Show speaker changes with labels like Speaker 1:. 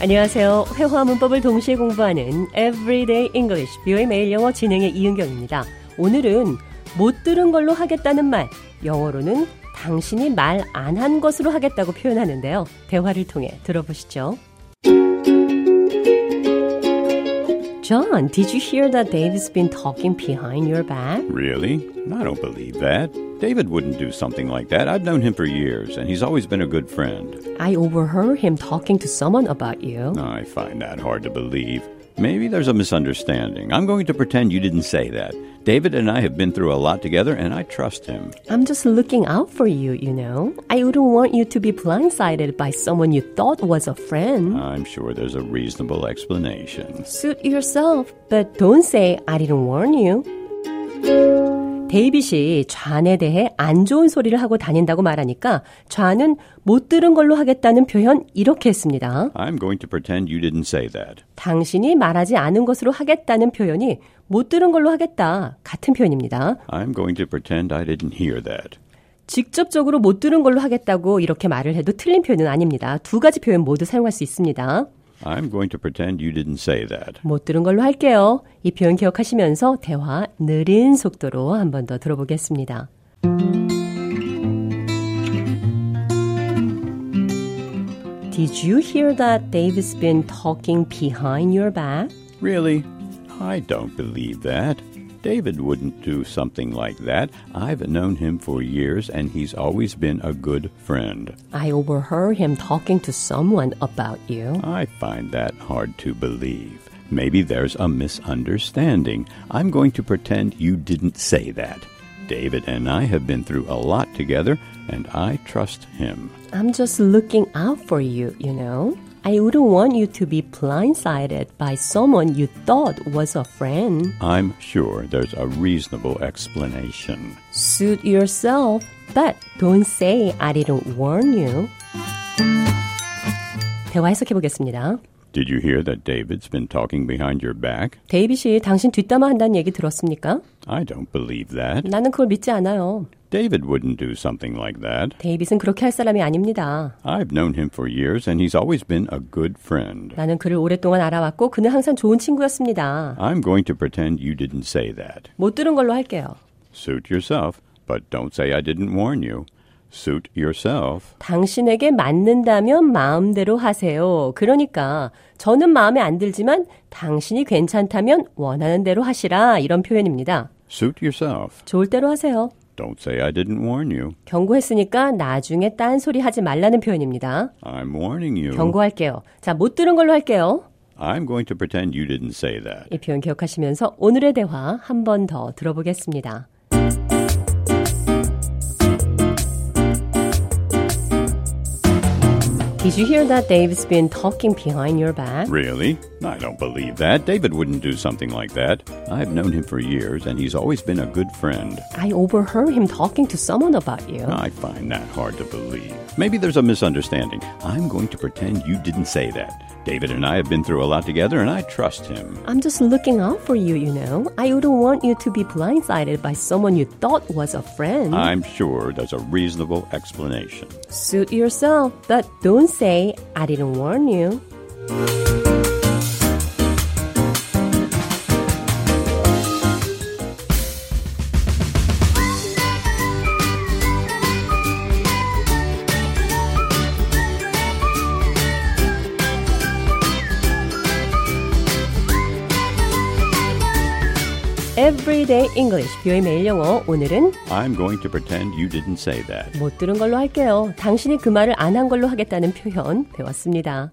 Speaker 1: 안녕하세요. 회화 문법을 동시에 공부하는 Everyday English 뷰의 매일 영어 진행의 이은경입니다. 오늘은 못 들은 걸로 하겠다는 말, 영어로는 당신이 말 안 한 것으로 하겠다고 표현하는데요. 대화를 통해 들어보시죠. John, did you hear that Dave's been talking behind your back?
Speaker 2: Really? I don't believe that. David wouldn't do something like that. I've known him for years, and he's always been a good friend.
Speaker 1: I overheard him talking to someone about you.
Speaker 2: I find that hard to believe. Maybe there's a misunderstanding. I'm going to pretend you didn't say that. David and I have been through a lot together, and I trust him.
Speaker 1: I'm just looking out for you, you know. I wouldn't want you to be blindsided by someone you thought was a friend.
Speaker 2: I'm sure there's a reasonable explanation.
Speaker 1: Suit yourself, but don't say I didn't warn you. 데이빗이 좌에 대해 안 좋은 소리를 하고 다닌다고 말하니까 좌는 못 들은 걸로 하겠다는 표현 이렇게 했습니다.
Speaker 2: I'm going to pretend you didn't say that.
Speaker 1: 당신이 말하지 않은 것으로 하겠다는 표현이 못 들은 걸로 하겠다 같은 표현입니다.
Speaker 2: I'm going to pretend I didn't hear that.
Speaker 1: 직접적으로 못 들은 걸로 하겠다고 이렇게 말을 해도 틀린 표현은 아닙니다. 두 가지 표현 모두 사용할 수 있습니다.
Speaker 2: I'm going to pretend you didn't say that.
Speaker 1: 못 들은 걸로 할게요. 이 표현 기억하시면서 대화 느린 속도로 한 번 더 들어보겠습니다. Did you hear that Dave's been talking behind your back?
Speaker 2: Really? I don't believe that. David wouldn't do something like that. I've known him for years, and he's always been a good friend.
Speaker 1: I overheard him talking to someone about you.
Speaker 2: I find that hard to believe. Maybe there's a misunderstanding. I'm going to pretend you didn't say that. David and I have been through a lot together, and I trust him.
Speaker 1: I'm just looking out for you, you know. I wouldn't want you to be blindsided by someone you thought was a friend.
Speaker 2: I'm sure there's a reasonable explanation.
Speaker 1: Suit yourself, but don't say I didn't warn you. 대화 해석해 보겠습니다.
Speaker 2: Did you hear that David's been talking behind your back?
Speaker 1: 데이빗이 당신 뒷담화 한다는 얘기 들었습니까?
Speaker 2: I don't believe that.
Speaker 1: 나는 그걸 믿지 않아요.
Speaker 2: David wouldn't do something like that.
Speaker 1: 데이빗은 그렇게 할 사람이 아닙니다.
Speaker 2: I've known him for years, and he's always been a good friend.
Speaker 1: 나는 그를 오랫동안 알아왔고 그는 항상 좋은 친구였습니다.
Speaker 2: I'm going to pretend you didn't say that.
Speaker 1: 못 들은 걸로 할게요.
Speaker 2: Suit yourself, but don't say I didn't warn you. Suit yourself.
Speaker 1: 당신에게 맞는다면 마음대로 하세요. 그러니까 저는 마음에 안 들지만 당신이 괜찮다면 원하는 대로 하시라 이런 표현입니다.
Speaker 2: Suit yourself.
Speaker 1: 좋을 대로 하세요.
Speaker 2: Don't say I didn't warn you.
Speaker 1: 경고했으니까 나중에 딴소리 하지 말라는 표현입니다.
Speaker 2: I'm warning you.
Speaker 1: 경고할게요. 자, 못 들은 걸로 할게요.
Speaker 2: I'm going to pretend you didn't say that.
Speaker 1: 이 표현 기억하시면서 오늘의 대화 한 번 더 들어보겠습니다. Did you hear that Dave's been talking behind your back?
Speaker 2: Really? I don't believe that. David wouldn't do something like that. I've known him for years, and he's always been a good friend.
Speaker 1: I overheard him talking to someone about you.
Speaker 2: I find that hard to believe. Maybe there's a misunderstanding. I'm going to pretend you didn't say that. David and I have been through a lot together, and I trust him.
Speaker 1: I'm just looking out for you, you know. I wouldn't want you to be blindsided by someone you thought was a friend.
Speaker 2: I'm sure there's a reasonable explanation.
Speaker 1: Suit yourself, but don't say I didn't warn you. Everyday English, 뷰의 매일 영어. 오늘은
Speaker 2: I'm going to pretend you didn't say that.
Speaker 1: 못 들은 걸로 할게요. 당신이 그 말을 안 한 걸로 하겠다는 표현 배웠습니다.